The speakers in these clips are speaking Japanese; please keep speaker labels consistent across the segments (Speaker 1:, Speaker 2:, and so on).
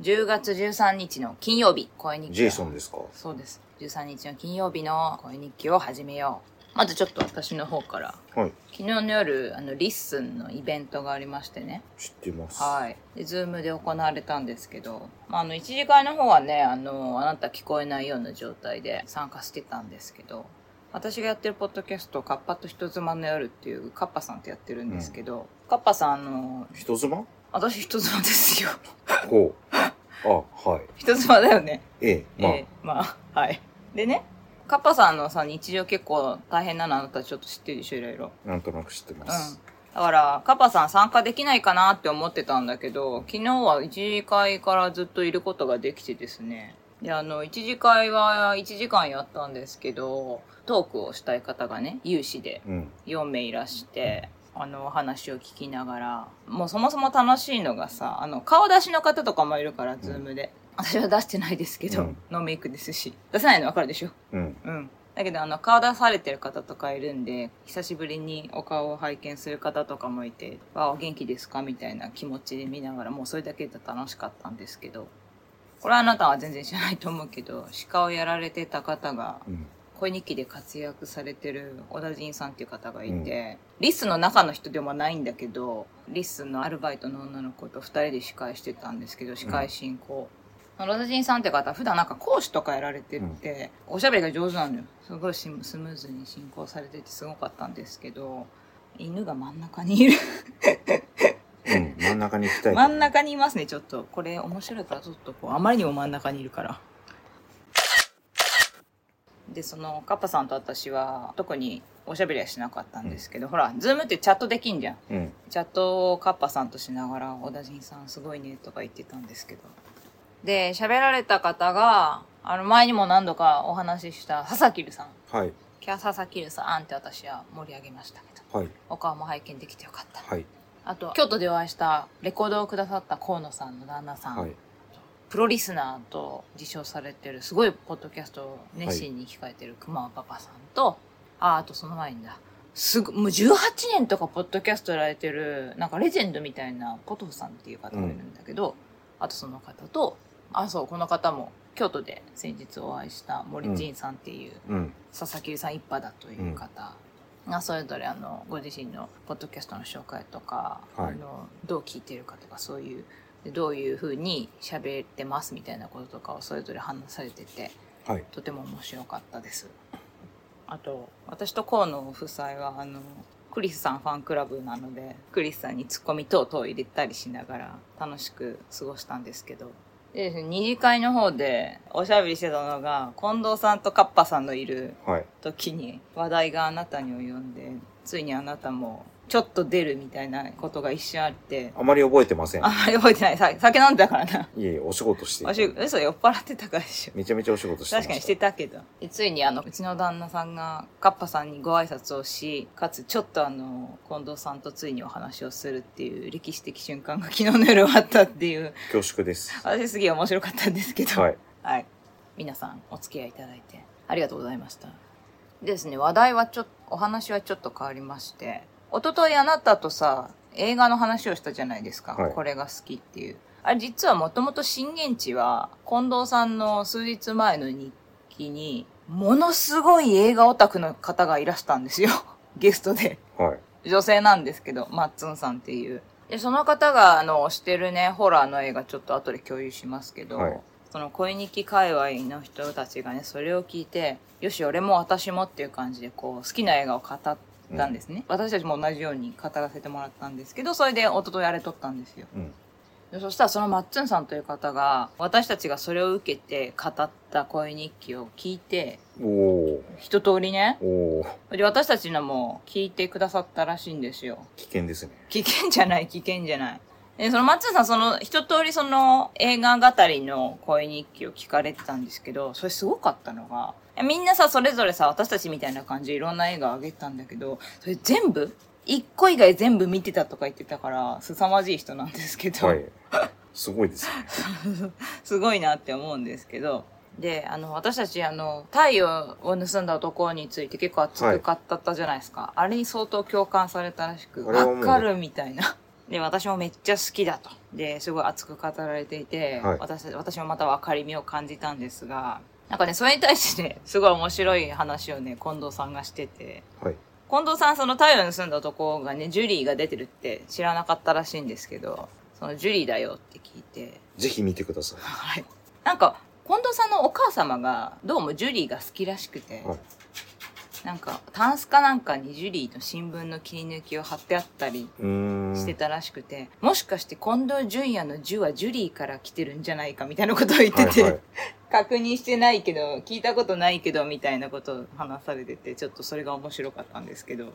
Speaker 1: 10月13日の金曜日、声日記を。
Speaker 2: ジェイソンですか
Speaker 1: そうです。13日の金曜日の声日記を始めよう。まずちょっと私の方から。
Speaker 2: はい。
Speaker 1: 昨日の夜、あの、リッスンのイベントがありましてね。
Speaker 2: 知ってます。
Speaker 1: はい。で、ズームで行われたんですけど、まあ、あの、一次会の方はね、あの、あなた聞こえないような状態で参加してたんですけど、私がやってるポッドキャスト、カッパと人妻の夜っていう、カッパさんってやってるんですけど、カッパさん、あの、
Speaker 2: 人妻
Speaker 1: 私人妻ですよ。
Speaker 2: ほう。あ、はい。
Speaker 1: 人妻だよね。
Speaker 2: ええ、まあ、
Speaker 1: えーまあ、 はい。でね、カッパさんのさ、日常結構大変なのあなたちょっと知ってるでしょ、いろいろ。
Speaker 2: なんとなく知ってます。
Speaker 1: だから、カッパさん参加できないかなって思ってたんだけど、昨日は一次会からずっといることができてですね。で、あの、一次会は1時間やったんですけど、トークをしたい方がね、有志で
Speaker 2: うん。
Speaker 1: 4名いらして、あの、お話を聞きながら、もうそもそも楽しいのがさ、あの、顔出しの方とかもいるから、ズームで。私は出してないですけど、
Speaker 2: うん
Speaker 1: ノーメイクですし。出せないの分かるでしょ
Speaker 2: うん。
Speaker 1: うん。だけど、あの、顔出されてる方とかいるんで、久しぶりにお顔を拝見する方とかもいて、わあ、お元気ですかみたいな気持ちで見ながら、もうそれだけで楽しかったんですけど、これはあなたは全然知らないと思うけど、鹿をやられてた方が、
Speaker 2: うん。
Speaker 1: 恋日記で活躍されてる小田陣さんっていう方がいて、リスの中の人でもないんだけどリスのアルバイトの女の子と2人で司会してたんですけど司会進行、その小田陣さんって方普段なんか講師とかやられてて、おしゃべりが上手なのよすごいシムスムーズに進行されててすごかったんですけど犬が真ん中にいる
Speaker 2: うん。真ん中に行きたい。
Speaker 1: 真ん中にいますねちょっとこれ面白いからちょっとこうあまりにも真ん中にいるからでそのカッパさんと私は特におしゃべりはしなかったんですけど、ほらズームってチャットできんじゃん
Speaker 2: うん。
Speaker 1: チャットをカッパさんとしながら「小田陣さんすごいね」とか言ってたんですけどで喋られた方があの前にも何度かお話しした佐々木留さん
Speaker 2: はい。
Speaker 1: キャ佐々木留さんって私は盛り上げましたけど
Speaker 2: はい。
Speaker 1: お顔も拝見できてよかった
Speaker 2: はい。
Speaker 1: あと京都でお会いしたレコードをくださった河野さんの旦那さん、
Speaker 2: はい。
Speaker 1: プロリスナーと自称されてるすごいポッドキャストを熱心に控えてる熊尾パパさんと、ああとその前にだすぐもう18年とかポッドキャストやられてるなんかレジェンドみたいなポトフさんっていう方がいるんだけど、あとその方とあそうこの方も京都で先日お会いした森仁さんっていう
Speaker 2: うん。
Speaker 1: 佐々木さん一派だという方がそれぞれあのご自身のポッドキャストの紹介とか、
Speaker 2: はい
Speaker 1: あのどう聞いてるかとかそういうでどういうふうに喋ってますみたいなこととかをそれぞれ話されてて
Speaker 2: はい。
Speaker 1: とても面白かったです。あと私と河野夫妻はあのクリスさんファンクラブなのでクリスさんにツッコミ等々入れたりしながら楽しく過ごしたんですけどでですね二次会の方でおしゃべりしてたのが近藤さんとカッパさんのいる
Speaker 2: はい。
Speaker 1: 時に話題があなたに及んでついにあなたもちょっと出るみたいなことが一瞬あって
Speaker 2: あまり覚えてません。
Speaker 1: あんまり覚えてないさ酒飲んでたから ない
Speaker 2: えいえ、お仕事していた
Speaker 1: わし嘘酔っ払ってたからでしょ
Speaker 2: めちゃめちゃお仕事して
Speaker 1: 確
Speaker 2: ました。
Speaker 1: かにしてたけどでついにあのうちの旦那さんがカッパさんにご挨拶をしかつちょっとあの近藤さんとついにお話をするっていう歴史的瞬間が昨日の夜あったっていう
Speaker 2: 恐縮です。
Speaker 1: 私すげえ面白かったんですけど
Speaker 2: はい。
Speaker 1: はい。皆さんお付き合いいただいてありがとうございました。でですね、話題はちょっと、お話はちょっと変わりまして、一昨日あなたとさ、映画の話をしたじゃないですか。
Speaker 2: はい
Speaker 1: これが好きっていう。あれ実はもともと震源地は、近藤さんの数日前の日記に、ものすごい映画オタクの方がいらしたんですよ。 ゲストで。
Speaker 2: はい。
Speaker 1: 女性なんですけど、マッツンさんっていう。で、その方が、あの、推してるね、ホラーの映画、ちょっと後で共有しますけど、
Speaker 2: はい
Speaker 1: その恋日記界隈の人たちがね、それを聞いて、よし、俺も私もっていう感じで、こう、好きな映画を語ったんですね。私たちも同じように語らせてもらったんですけど、それで一昨日あれ撮ったんですよ。
Speaker 2: うん。
Speaker 1: でそしたらそのマッツンさんという方が、私たちがそれを受けて語った恋日記を聞いて、
Speaker 2: お
Speaker 1: 一通りね
Speaker 2: ー。、おー。
Speaker 1: で私たちのも聞いてくださったらしいんですよ。
Speaker 2: 危険ですね。
Speaker 1: 危険じゃない危険じゃない。えその松田さんその一通りその映画語りの声日記を聞かれてたんですけどそれすごかったのがえみんなさそれぞれさ私たちみたいな感じでいろんな映画あげてたんだけどそれ全部一個以外全部見てたとか言ってたから凄まじい人なんですけど、
Speaker 2: はい。すごいですね。
Speaker 1: すごいなって思うんですけど。で、あの、私たち、あの、太陽を盗んだ男について結構熱く語ったじゃないですか。あれに相当共感されたらしく、
Speaker 2: あれは
Speaker 1: わ
Speaker 2: もう
Speaker 1: かるみたいな。で、私もめっちゃ好きだと。ですごい熱く語られていて、
Speaker 2: はい
Speaker 1: 私私もまた分かりみを感じたんですがなんかねそれに対してねすごい面白い話をね近藤さんがしてて
Speaker 2: はい。
Speaker 1: 近藤さんその太陽に住んだ男がねジュリーが出てるって知らなかったらしいんですけどそのジュリーだよって聞いて
Speaker 2: ぜひ見てください。
Speaker 1: はいなんか近藤さんのお母様がどうもジュリーが好きらしくて、
Speaker 2: はい
Speaker 1: なんかタンスかなんかにジュリーの新聞の切り抜きを貼ってあったり
Speaker 2: うーん。
Speaker 1: してたらしくて、もしかして近藤淳也の「淳」はジュリーから来てるんじゃないかみたいなことを言ってて、
Speaker 2: はいはい、
Speaker 1: 確認してないけど聞いたことないけどみたいなことを話されててちょっとそれが面白かったんですけど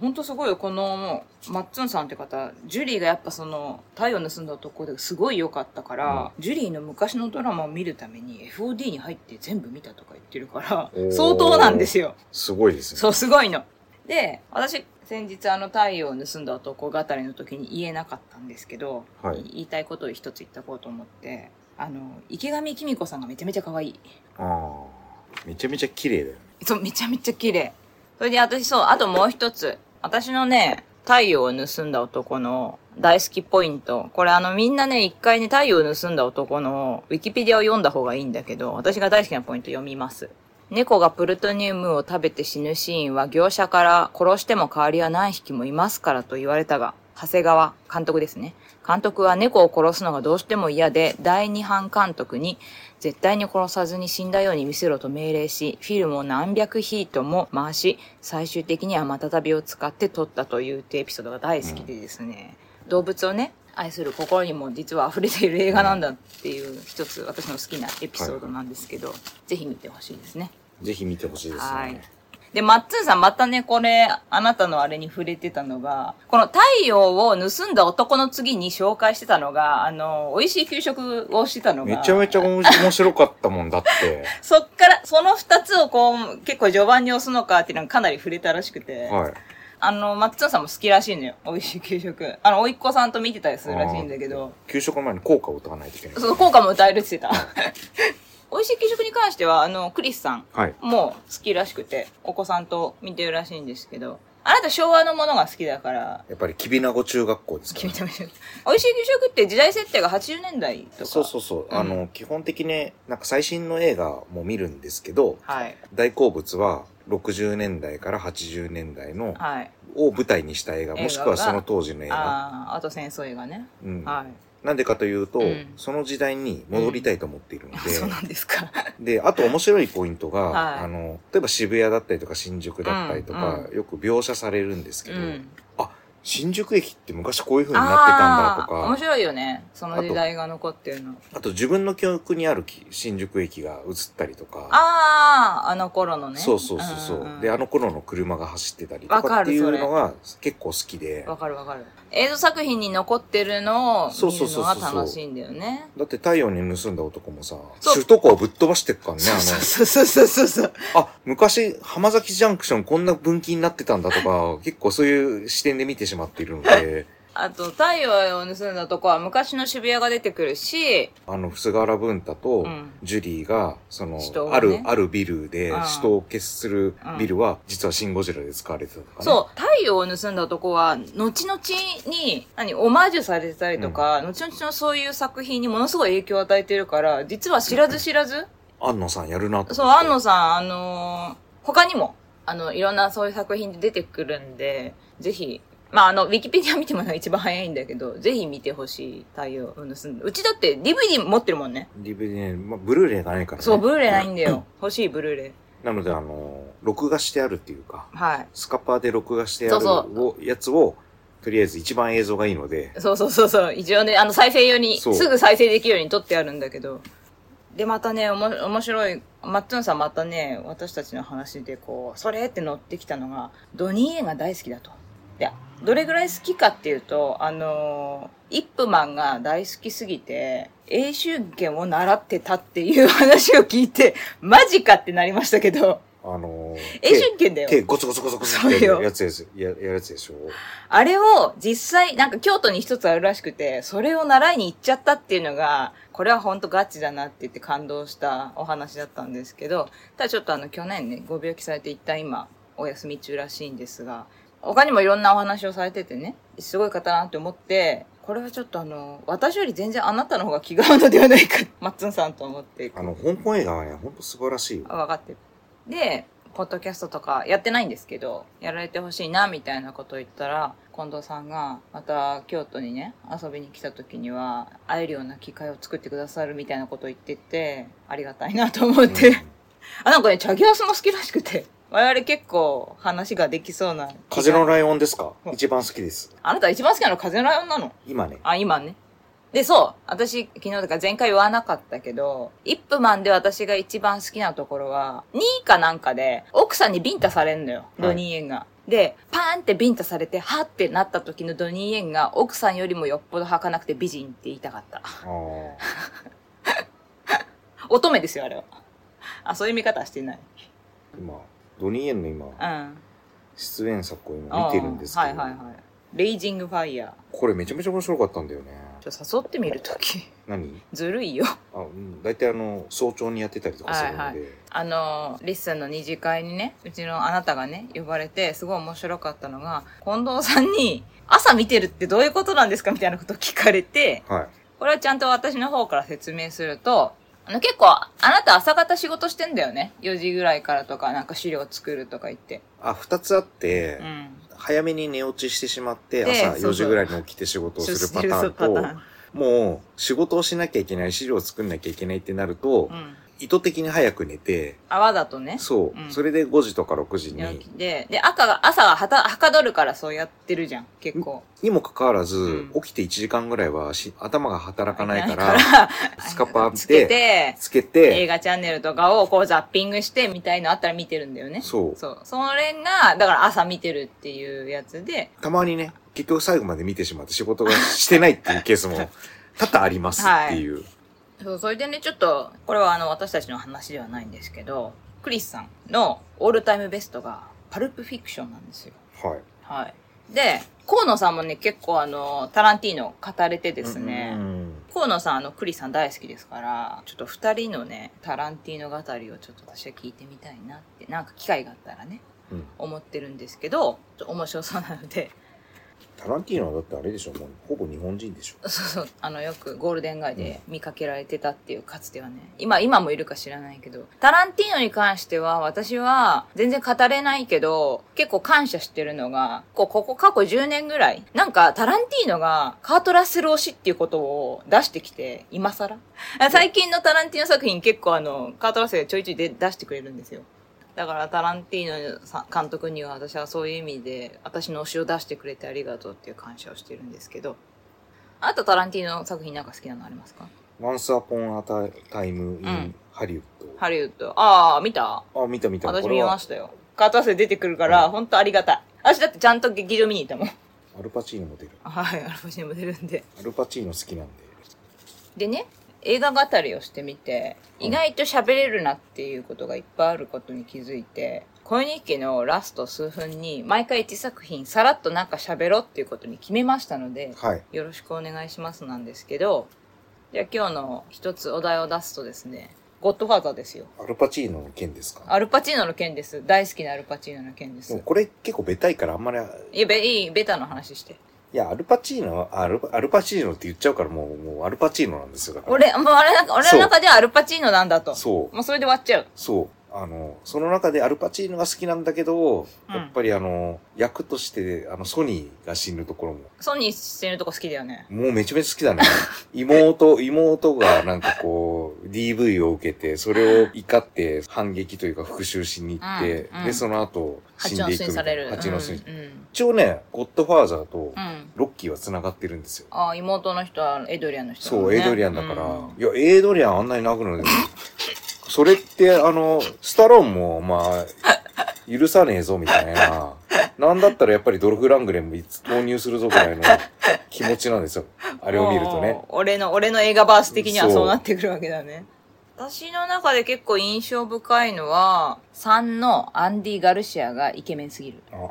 Speaker 1: ほんとすごいよこのもうマッツンさんって方ジュリーがやっぱその「太陽盗んだ男」ですごい良かったから、ジュリーの昔のドラマを見るために FOD に入って全部見たとか言ってるか
Speaker 2: おー
Speaker 1: ら相当なんですよ。
Speaker 2: すごいですね。
Speaker 1: そう、すごいの。で、私、先日あの太陽を盗んだ男語りの時に言えなかったんですけど、
Speaker 2: はい
Speaker 1: 言いたいことを一つ言っておこうと思って、あの、池上紀美子さんがめちゃめちゃ可愛い。
Speaker 2: ああ。めちゃめちゃ綺麗だよね。
Speaker 1: そう、めちゃめちゃ綺麗。それで私そう、あともう一つ。私のね、太陽を盗んだ男の大好きポイント。これあのみんなね、一回ね、太陽を盗んだ男のウィキペディアを読んだ方がいいんだけど、私が大好きなポイント読みます。猫がプルトニウムを食べて死ぬシーンは業者から殺しても代わりは何匹もいますからと言われたが、長谷川監督ですね。監督は猫を殺すのがどうしても嫌で、第二班監督に絶対に殺さずに死んだように見せろと命令し、フィルムを何百ヒートも回し、最終的にはまたたびを使って撮ったというってエピソードが大好きでですね、動物をね、愛する心にも実は溢れている映画なんだっていう一つ私の好きなエピソードなんですけど、ぜひ見てほしいですね。
Speaker 2: ぜひ見てほしいですね。
Speaker 1: はいで、マッツンさんまたね、これ、あなたのあれに触れてたのが、この太陽を盗んだ男の次に紹介してたのが、あの、美味しい給食をしてたのが。
Speaker 2: めちゃめちゃ面白面白かったもんだ って。
Speaker 1: そっから、その二つをこう、結構序盤に押すのかっていうのがかなり触れたらしくて、
Speaker 2: はい。
Speaker 1: あの、松尾さんも好きらしいのよ。美味しい給食。あの、甥っ子さんと見てたりするらしいんだけど、
Speaker 2: 給食の前に効果を歌わないといけない。
Speaker 1: その効果も歌えるって言ってた。 美味しい給食に関しては、あの、クリスさん
Speaker 2: はい。
Speaker 1: もう好きらしくて、お子さんと見てるらしいんですけど、あなた昭和のものが好きだから、
Speaker 2: やっぱり、きびなご中学校ですか
Speaker 1: 君
Speaker 2: ら、
Speaker 1: と見てる美味しい給食って時代設定が80年代とか。
Speaker 2: そうそうそう。
Speaker 1: うん
Speaker 2: あの、基本的に、なんか最新の映画も見るんですけど、
Speaker 1: はい。
Speaker 2: 大好物は60年代から80年代の、
Speaker 1: はい。
Speaker 2: を舞台にした映画、もしく
Speaker 1: 映画が
Speaker 2: はその当時の映画。
Speaker 1: ああ、あと戦争映画ね。
Speaker 2: うん。
Speaker 1: はい。
Speaker 2: なんでかというと、
Speaker 1: うん
Speaker 2: その時代に戻りたいと思っているの
Speaker 1: そう
Speaker 2: で、
Speaker 1: なんですか。
Speaker 2: で、あと面白いポイントが、
Speaker 1: はい
Speaker 2: あの、例えば渋谷だったりとか新宿だったりとか、
Speaker 1: うん
Speaker 2: よく描写されるんですけ
Speaker 1: う
Speaker 2: ど、
Speaker 1: ん。
Speaker 2: 新宿駅って昔こういう風になってたんだと
Speaker 1: あー
Speaker 2: か、
Speaker 1: 面白いよねその時代が残ってるの
Speaker 2: あと自分の記憶にあるき新宿駅が映ったりとか、
Speaker 1: あああの頃のね
Speaker 2: そうそうそうそう、
Speaker 1: んんん
Speaker 2: で、あの頃の車が走ってたりと
Speaker 1: わか
Speaker 2: か
Speaker 1: る
Speaker 2: っていうのが結構好きで、
Speaker 1: わかるわかる映像作品に残ってるのを見
Speaker 2: そうそう
Speaker 1: る
Speaker 2: そ
Speaker 1: の
Speaker 2: うそ
Speaker 1: が
Speaker 2: うそう
Speaker 1: 楽しいんだよね
Speaker 2: だって太陽に盗んだ男もさ、
Speaker 1: そう
Speaker 2: 首都高をぶっ飛ばしてっからね、
Speaker 1: そうそうそうそうそうそう
Speaker 2: あの、あ、昔浜崎ジャンクションこんな分岐になってたんだとか、結構そういう視点で見てしまっているので、
Speaker 1: あと「太陽を盗んだとこ」は昔の渋谷が出てくるし
Speaker 2: あの、菅原文太と
Speaker 1: うん
Speaker 2: ジュリーが、その、
Speaker 1: 死闘をね
Speaker 2: ある、あるビルで
Speaker 1: うん
Speaker 2: 死闘を決するビルは、実はシン・ゴジラで使われてたとかね。
Speaker 1: そう「太陽を盗んだとこ」は後々に何オマージュされてたりとか、後々のそういう作品にものすごい影響を与えてるから実は知らず知らず
Speaker 2: 安野さんやるなと思って。
Speaker 1: そう、安野さん、あのー他にも、あの、いろんなそういう作品で出てくるんで、ぜひ、まあ、あの、ウィキペディア見てもらうのが一番早いんだけど、ぜひ見てほしい太陽を盗んだ。うちだって DVD 持ってるもんね。
Speaker 2: DVD ね、まあ、ブルーレイがないからね。
Speaker 1: そう、ブルーレイないんだよ。欲しい、ブルーレイ。
Speaker 2: なので、あの、録画してあるっていうか、
Speaker 1: はい。
Speaker 2: スカパーで録画してある
Speaker 1: そう
Speaker 2: をやつを、とりあえず一番映像がいいので、
Speaker 1: そうそうそうそう。一応ね、あの、再生用に、す
Speaker 2: そう
Speaker 1: ぐ再生できるように撮ってあるんだけど。で、またね、おも、面白い、マッツンさんまたね、私たちの話でこう、それって乗ってきたのが、ドニー映が大好きだと。いや、どれぐらい好きかっていうと、あのーイップマンが大好きすぎて、永州権を習ってたっていう話を聞いて、マジかってなりましたけど、
Speaker 2: あの、
Speaker 1: 永州権だよ。
Speaker 2: 手、手ゴツゴツゴツゴツっ
Speaker 1: そ
Speaker 2: て
Speaker 1: うよ
Speaker 2: やつです。や、やるやつでしょ。
Speaker 1: あれを実際、なんか京都に一つあるらしくて、それを習いに行っちゃったっていうのが、これは本当ガチだなって言って感動したお話だったんですけど、ただちょっとあの去年ね、ご病気されて一旦今お休み中らしいんですが、他にもいろんなお話をされててね、すごい方だなって思って、これはちょっとあの、私より全然あなたの方が気が合うのではないか、マッツンさんと思って。
Speaker 2: あの、香港映画はね、ほんと素晴らしいよ。
Speaker 1: あ分かってる。で、ポッドキャストとかやってないんですけど、やられてほしいな、みたいなことを言ったら、近藤さんが、また京都にね、遊びに来た時には、会えるような機会を作ってくださるみたいなことを言ってて、ありがたいなと思って。あ、なんかね、チャギアスも好きらしくて。我々結構話ができそうな。
Speaker 2: 風のライオンですか
Speaker 1: うん
Speaker 2: 一番好きです。
Speaker 1: あなた一番好きなの風のライオンなの
Speaker 2: 今ね。
Speaker 1: あ、今ね。で、そう。私、昨日だから前回言わなかったけど、イップマンで私が一番好きなところは、2位かなんかで、奥さんにビンタされんのよ。ドニー・イエンが。で、パーンってビンタされて、はってなった時のドニー・イエンが、奥さんよりもよっぽど儚くて美人って言いたかった。
Speaker 2: あー
Speaker 1: 乙女ですよ、あれは。あ、そういう見方はしてない。
Speaker 2: 今、ドニー・イエンの今、
Speaker 1: うん。
Speaker 2: 出演作を今見てるんですけど、
Speaker 1: はいはいはい。レイジング・ファイヤ
Speaker 2: これめちゃめちゃ面白かったんだよね。
Speaker 1: ー。ちょっと誘ってみるとき。
Speaker 2: 何
Speaker 1: ずるいよ。
Speaker 2: あ、うん大体あの、早朝にやってたりとかするので、
Speaker 1: はいあの、リッスンの二次会にね、うちのあなたがね、呼ばれて、すごい面白かったのが、近藤さんに、朝見てるってどういうことなんですかみたいなことを聞かれて、
Speaker 2: はい。
Speaker 1: これはちゃんと私の方から説明すると、あの結構、あなた朝方仕事してんだよね。4時ぐらいからとか、なんか資料作るとか言って。
Speaker 2: あ、二つあって、
Speaker 1: うん。
Speaker 2: 早めに寝落ちしてしまって、
Speaker 1: で
Speaker 2: 朝
Speaker 1: そ
Speaker 2: 4
Speaker 1: うそ
Speaker 2: 時
Speaker 1: う
Speaker 2: ぐらいに起きて仕事をするパターン
Speaker 1: パタ
Speaker 2: と、
Speaker 1: ーン。
Speaker 2: もう仕事をしなきゃいけない、資料を作んなきゃいけないってなると、
Speaker 1: うん。
Speaker 2: 意図的に早く寝て、
Speaker 1: 泡だとね。
Speaker 2: そう、
Speaker 1: うん
Speaker 2: それで5時とか6時
Speaker 1: 寝起
Speaker 2: に
Speaker 1: き、で、で、赤が、朝ははた、はかどるからそうやってるじゃん、結構。
Speaker 2: にもかかわらず、
Speaker 1: うん
Speaker 2: 起きて1時間ぐらいはし頭が働かないか
Speaker 1: な
Speaker 2: ら
Speaker 1: い、から
Speaker 2: スカパー
Speaker 1: つ
Speaker 2: っ
Speaker 1: け
Speaker 2: て、
Speaker 1: て、
Speaker 2: つけ
Speaker 1: 映
Speaker 2: て、
Speaker 1: 画チャンネルとかをこうザッピングしてみたいのあったら見てるんだよね。
Speaker 2: そう。
Speaker 1: そう。それが、だから朝見てるっていうやつで、
Speaker 2: たまにね、結局最後まで見てしまって仕事がしてないっていうケースも多々ありますっていう。
Speaker 1: そう、それでね、ちょっと、これはあの、私たちの話ではないんですけど、クリスさんのオールタイムベストが、パルプフィクションなんですよ。
Speaker 2: はい。
Speaker 1: はい。で、河野さんもね、結構あの、タランティーノ語れてです
Speaker 2: う
Speaker 1: ね、
Speaker 2: ん
Speaker 1: 河野さん、あの、クリスさん大好きですから、ちょっと二人のね、タランティーノ語りをちょっと私は聞いてみたいなって、なんか機会があったらね、
Speaker 2: うん
Speaker 1: 思ってるんですけど、ちょっと面白そうなので、
Speaker 2: タランティーノはだってあれでしょもうほぼ日本人でしょ
Speaker 1: そうそう、あの、よくゴールデン街で見かけられてたっていうかつてはね、今、今もいるか知らないけど、タランティーノに関しては私は全然語れないけど、結構感謝してるのが、こうここ過去10年ぐらい、なんかタランティーノがカートラッセル推しっていうことを出してきて、今更最近のタランティーノ作品結構あの、カートラッセルちょいちょいで出してくれるんですよ。だからタランティーノさん監督には私はそういう意味で私の推しを出してくれてありがとうっていう感謝をしてるんですけどあとタランティーノの作品なんか好きなのありますか
Speaker 2: ワンスアポンアタイムイン
Speaker 1: ん
Speaker 2: ハリウッ
Speaker 1: ハリウッド。ああ、見た
Speaker 2: ド。あ、見た見た。
Speaker 1: 私
Speaker 2: これ
Speaker 1: 見
Speaker 2: は
Speaker 1: ましたよ。カートアセ出てくるから、
Speaker 2: うん
Speaker 1: ほんとありがたい。私だってちゃんと劇場見に行ったもん。
Speaker 2: アルパチーノも出る。
Speaker 1: はい、アルファシネも出るんで。
Speaker 2: アルパチーノ好きなんで。
Speaker 1: でね、映画語りをしてみて、
Speaker 2: うん
Speaker 1: 意外と喋れるなっていうことがいっぱいあることに気づいて、恋日記のラスト数分に、毎回1作品、さらっとなんか喋ろうっていうことに決めましたので、
Speaker 2: はい。
Speaker 1: よろしくお願いしますなんですけど、じゃあ今日の一つお題を出すとですね、ゴッドファーザーですよ。
Speaker 2: アルパチーノの件ですか
Speaker 1: アルパチーノの件です。大好きなアルパチーノの件で
Speaker 2: もう
Speaker 1: す。
Speaker 2: これ結構ベタいからあんまり、
Speaker 1: いや、べ、いい、ベタの話して。
Speaker 2: いや、アルパチーノは、アルパアルパチーノって言っちゃうからもう、もうアルパチーノなんですよ。だから。
Speaker 1: 俺、もうあれなんか、俺の中ではアルパチーノなんだと。
Speaker 2: そう。
Speaker 1: もうそれで終わっちゃう。
Speaker 2: そう。あの、その中でアルパチーノが好きなんだけど、
Speaker 1: うん
Speaker 2: やっぱりあの、役として、あの、ソニーが死ぬところも、
Speaker 1: ソニーしてるとこ好きだよね。
Speaker 2: もうめちゃめちゃ好きだね。 妹、妹がなんかこう、DV を受けて、それを怒って反撃というか復讐しに行って、
Speaker 1: うんうん
Speaker 2: で、その後、
Speaker 1: 蜂
Speaker 2: 死ん
Speaker 1: の
Speaker 2: でい
Speaker 1: 巣に
Speaker 2: くみた
Speaker 1: さ
Speaker 2: い
Speaker 1: れる。
Speaker 2: な。蜂の巣に。
Speaker 1: うん。うん。
Speaker 2: 一応ね、ゴッドファーザーと
Speaker 1: うん
Speaker 2: ロッキーは繋がってるんですよ。
Speaker 1: ああ、妹の人はエドリアンの人だ
Speaker 2: そ
Speaker 1: もん
Speaker 2: う、
Speaker 1: ね、
Speaker 2: エイドリアンだから、
Speaker 1: うん
Speaker 2: いや、エイドリアンあんなに泣くのに、それって、あの、スタローンも、まあ、許さねえぞ、みたいな。なんだったらやっぱりドルフ・ラングレンもいつ投入するぞぐらいの気持ちなんですよ。あれを見るとね
Speaker 1: もう。俺の、俺の映画バース的にはそうなってくるわけだね。私の中で結構印象深いのは、3のアンディ・ガルシアがイケメンすぎる。
Speaker 2: ああ、アンデ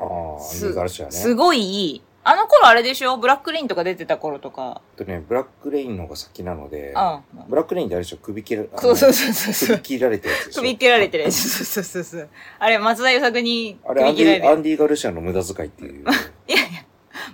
Speaker 2: ィ・ガルシアね。
Speaker 1: すごいいい。あの頃あれでしょブラックリーンとか出てた頃とか。
Speaker 2: えっとね、ブラックレインの方が先なので、
Speaker 1: うん
Speaker 2: ブラックレインってあれでしょ、首切られ、あの
Speaker 1: そうそうそうそう そう
Speaker 2: 首。切られたやつでしょ。
Speaker 1: 首切られてるやつ。そうそうそうそう。あれ、松田優作に
Speaker 2: あれ、ア
Speaker 1: 首
Speaker 2: ン
Speaker 1: 切られ
Speaker 2: デ
Speaker 1: て
Speaker 2: ィ、ア
Speaker 1: る。
Speaker 2: ンディ・ガルシアの無駄遣いっていう。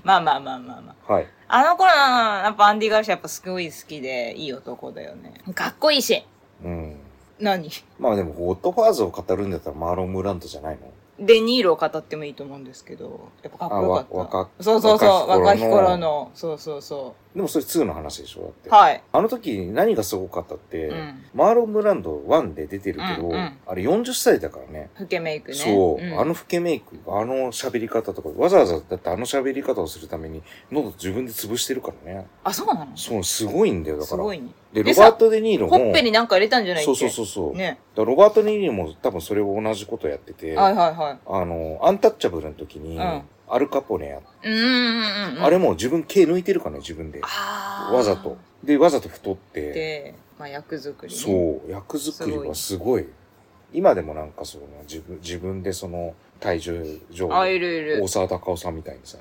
Speaker 1: まあまあまあまあまあ。
Speaker 2: はい。
Speaker 1: あの頃のやっぱアンディ・ガルシアやっぱすごい好きで、いい男だよね。かっこいいし。
Speaker 2: うん。
Speaker 1: 何
Speaker 2: まあでも、ゴッドファーズを語るんだったらマーロン・ムラントじゃないの
Speaker 1: で、ニールを語ってもいいと思うんですけど、やっぱかっこよかった。
Speaker 2: あわ若
Speaker 1: そうそうそう、
Speaker 2: 若
Speaker 1: 若
Speaker 2: き
Speaker 1: き
Speaker 2: 頃
Speaker 1: 頃
Speaker 2: の
Speaker 1: の、そうそうそ
Speaker 2: でもそれ2の話でしょだって。
Speaker 1: う。はい。
Speaker 2: あの時何がすごかったって、
Speaker 1: うん。
Speaker 2: マーロン・ムランド1で出てるけど、
Speaker 1: うんうん
Speaker 2: あれ40歳だからね。
Speaker 1: 老けメイクね。
Speaker 2: そう、
Speaker 1: ん
Speaker 2: あの老けメイク、あの喋り方とか、わざわざだってあの喋り方をするために喉自分で潰してるからね。
Speaker 1: あ、そうなの
Speaker 2: そう、すごいんだよ、だ
Speaker 1: す
Speaker 2: か
Speaker 1: ご
Speaker 2: ら。
Speaker 1: いね。
Speaker 2: で、
Speaker 1: で
Speaker 2: ロ
Speaker 1: さ
Speaker 2: バート・デ・ニーロも、
Speaker 1: ほっぺになんか入れたんじゃないっけ
Speaker 2: そうそうそうそう。だか
Speaker 1: ね。
Speaker 2: らロバート・デ・ニーロも多分それを同じことやってて、
Speaker 1: はいはいはい。
Speaker 2: あの、アンタッチャブルの時に、
Speaker 1: うん
Speaker 2: アルカポネや、
Speaker 1: うんうんうんうん。
Speaker 2: あれも自分毛抜いてるからね、自分で。
Speaker 1: あー
Speaker 2: わざと。。で、わざと太って。
Speaker 1: で、まあ役作りね。
Speaker 2: そう役作りはすごい今でもなんかその自分自分でその体重上
Speaker 1: あ、
Speaker 2: 下
Speaker 1: いるいる
Speaker 2: 大。沢たかおさんみたいにさ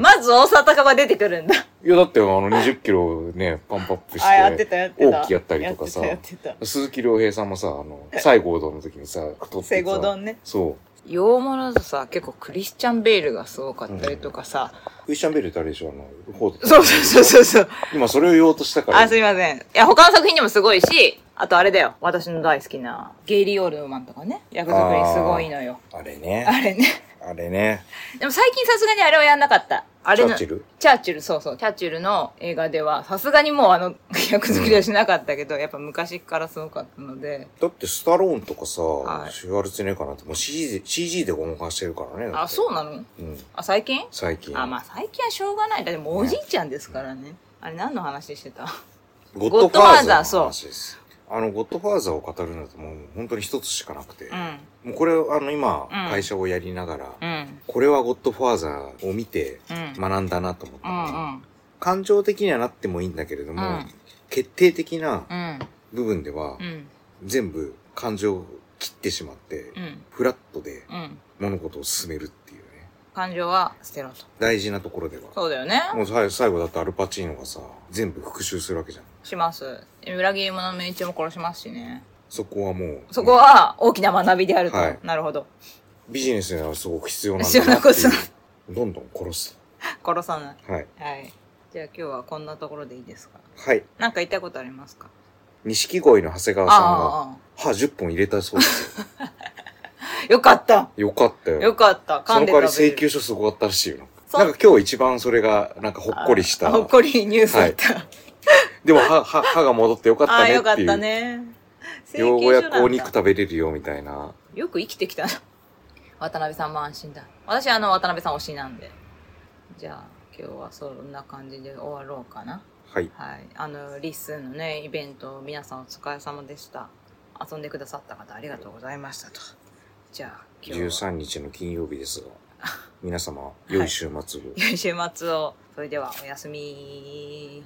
Speaker 1: まず大沢たかが出てくる んだ。
Speaker 2: いやだってあの20キロねパンプアップ
Speaker 1: あ、やっ
Speaker 2: してて
Speaker 1: たやってた。
Speaker 2: 大きいやったりとかさ
Speaker 1: やってたやって。
Speaker 2: 鈴木亮平さんもさあの西郷丼の時にさ太ったて
Speaker 1: セ
Speaker 2: さ
Speaker 1: ゴドンね。
Speaker 2: そ
Speaker 1: 羊毛だとさ、結構クリスチャン・ベールがすごかったりとかさ。
Speaker 2: うクリスチャンベルってあれでしょあのフォード
Speaker 1: そうそうそうそうそう。
Speaker 2: 今それを言おうとしたから
Speaker 1: あ、すいません。いや、他の作品にもすごいし、あとあれだよ。私の大好きな、ゲイリー・オールドマンとかね。役作りすごいのよ。
Speaker 2: あれ
Speaker 1: あ
Speaker 2: ね
Speaker 1: れね。
Speaker 2: あれね
Speaker 1: でも最近さすがにあれはやんなかった。あ
Speaker 2: チ
Speaker 1: れ
Speaker 2: ャ
Speaker 1: の
Speaker 2: ーチル
Speaker 1: チャーチル、そうそう。チャーチルの映画では、さすがにもうあの、 役作りはしなかったけど、やっぱ昔からすごかったので。
Speaker 2: だってスタローンとかさ、
Speaker 1: はい
Speaker 2: シュワルツェネッガーなんてもう CG で CG でごまかしてるからね、
Speaker 1: あ、そううなの
Speaker 2: うん、
Speaker 1: あ、最近
Speaker 2: 最近
Speaker 1: あ、まあ最近はしょうがない。だってもうおじいちゃんですからね。あれ何の話してた
Speaker 2: ゴ
Speaker 1: ッドファーザーそう
Speaker 2: の話ですあの、ゴッドファーザーを語るのともう本当に一つしかなくて、
Speaker 1: うん。
Speaker 2: もうこれ、あの、今、
Speaker 1: うん
Speaker 2: 会社をやりながら、
Speaker 1: うん。
Speaker 2: これはゴッドファーザーを見て
Speaker 1: うん。
Speaker 2: 学んだなと思った
Speaker 1: う
Speaker 2: のが、
Speaker 1: んうん。
Speaker 2: 感情的にはなってもいいんだけれど
Speaker 1: う
Speaker 2: も、
Speaker 1: ん
Speaker 2: 決定的な
Speaker 1: うん。
Speaker 2: 部分では、
Speaker 1: うん。
Speaker 2: 全部感情を切ってしまって、
Speaker 1: うん。
Speaker 2: フラットで
Speaker 1: うん。
Speaker 2: 物事を進めるっていうね、
Speaker 1: 感情は捨てろと。
Speaker 2: 大事なところでは。
Speaker 1: そうだよね。
Speaker 2: もう最最後だってアルパチーノがさ、全部復讐するわけじゃん。
Speaker 1: します。裏切り者の命中も殺しますしね。
Speaker 2: そこはもう、
Speaker 1: そこは大きな学びであると。
Speaker 2: はい
Speaker 1: なるほど。
Speaker 2: ビジネスにはすごく必要なん
Speaker 1: 必
Speaker 2: だ
Speaker 1: 要
Speaker 2: な
Speaker 1: な
Speaker 2: っ
Speaker 1: こ
Speaker 2: て
Speaker 1: と
Speaker 2: いう。どんどん殺す。
Speaker 1: 殺さない。
Speaker 2: はい。
Speaker 1: はい。じゃあ今日はこんなところでいいですか
Speaker 2: はい。
Speaker 1: なんか言いたいことありますか
Speaker 2: 錦鯉の長谷川さんが、
Speaker 1: あ
Speaker 2: 歯10本入れたそうです
Speaker 1: あああ。よかった。
Speaker 2: よ。よかったよ。
Speaker 1: よかった。
Speaker 2: そ
Speaker 1: 噛ん
Speaker 2: の
Speaker 1: で
Speaker 2: 代わり
Speaker 1: 食べ
Speaker 2: 請
Speaker 1: る
Speaker 2: 求書すごかったらしいよ。
Speaker 1: そう
Speaker 2: なんか今日一番それが、なんかほっこりした
Speaker 1: あ。ほっこりニュースだった。
Speaker 2: でも歯、歯、歯が戻ってよかっ
Speaker 1: あ
Speaker 2: た
Speaker 1: あ、
Speaker 2: ね
Speaker 1: よか
Speaker 2: っ
Speaker 1: って
Speaker 2: い
Speaker 1: た
Speaker 2: う。
Speaker 1: ね。
Speaker 2: 両
Speaker 1: 請求書なん
Speaker 2: 親
Speaker 1: だ
Speaker 2: お肉食べれるよみたいな。
Speaker 1: よく生きてきたな。 渡辺さんも安心だ。私あの渡辺さん推しなんで。じゃあ今日はそんな感じで終わろうかな。
Speaker 2: はい。
Speaker 1: はい。あの、リッスンのね、イベント、皆さんお疲れ様でした。遊んでくださった方ありがとうございましたと。じゃあ今日は。
Speaker 2: 13日の金曜日ですが、 皆様、良い週末を。
Speaker 1: 良い週末を。それではおやすみ。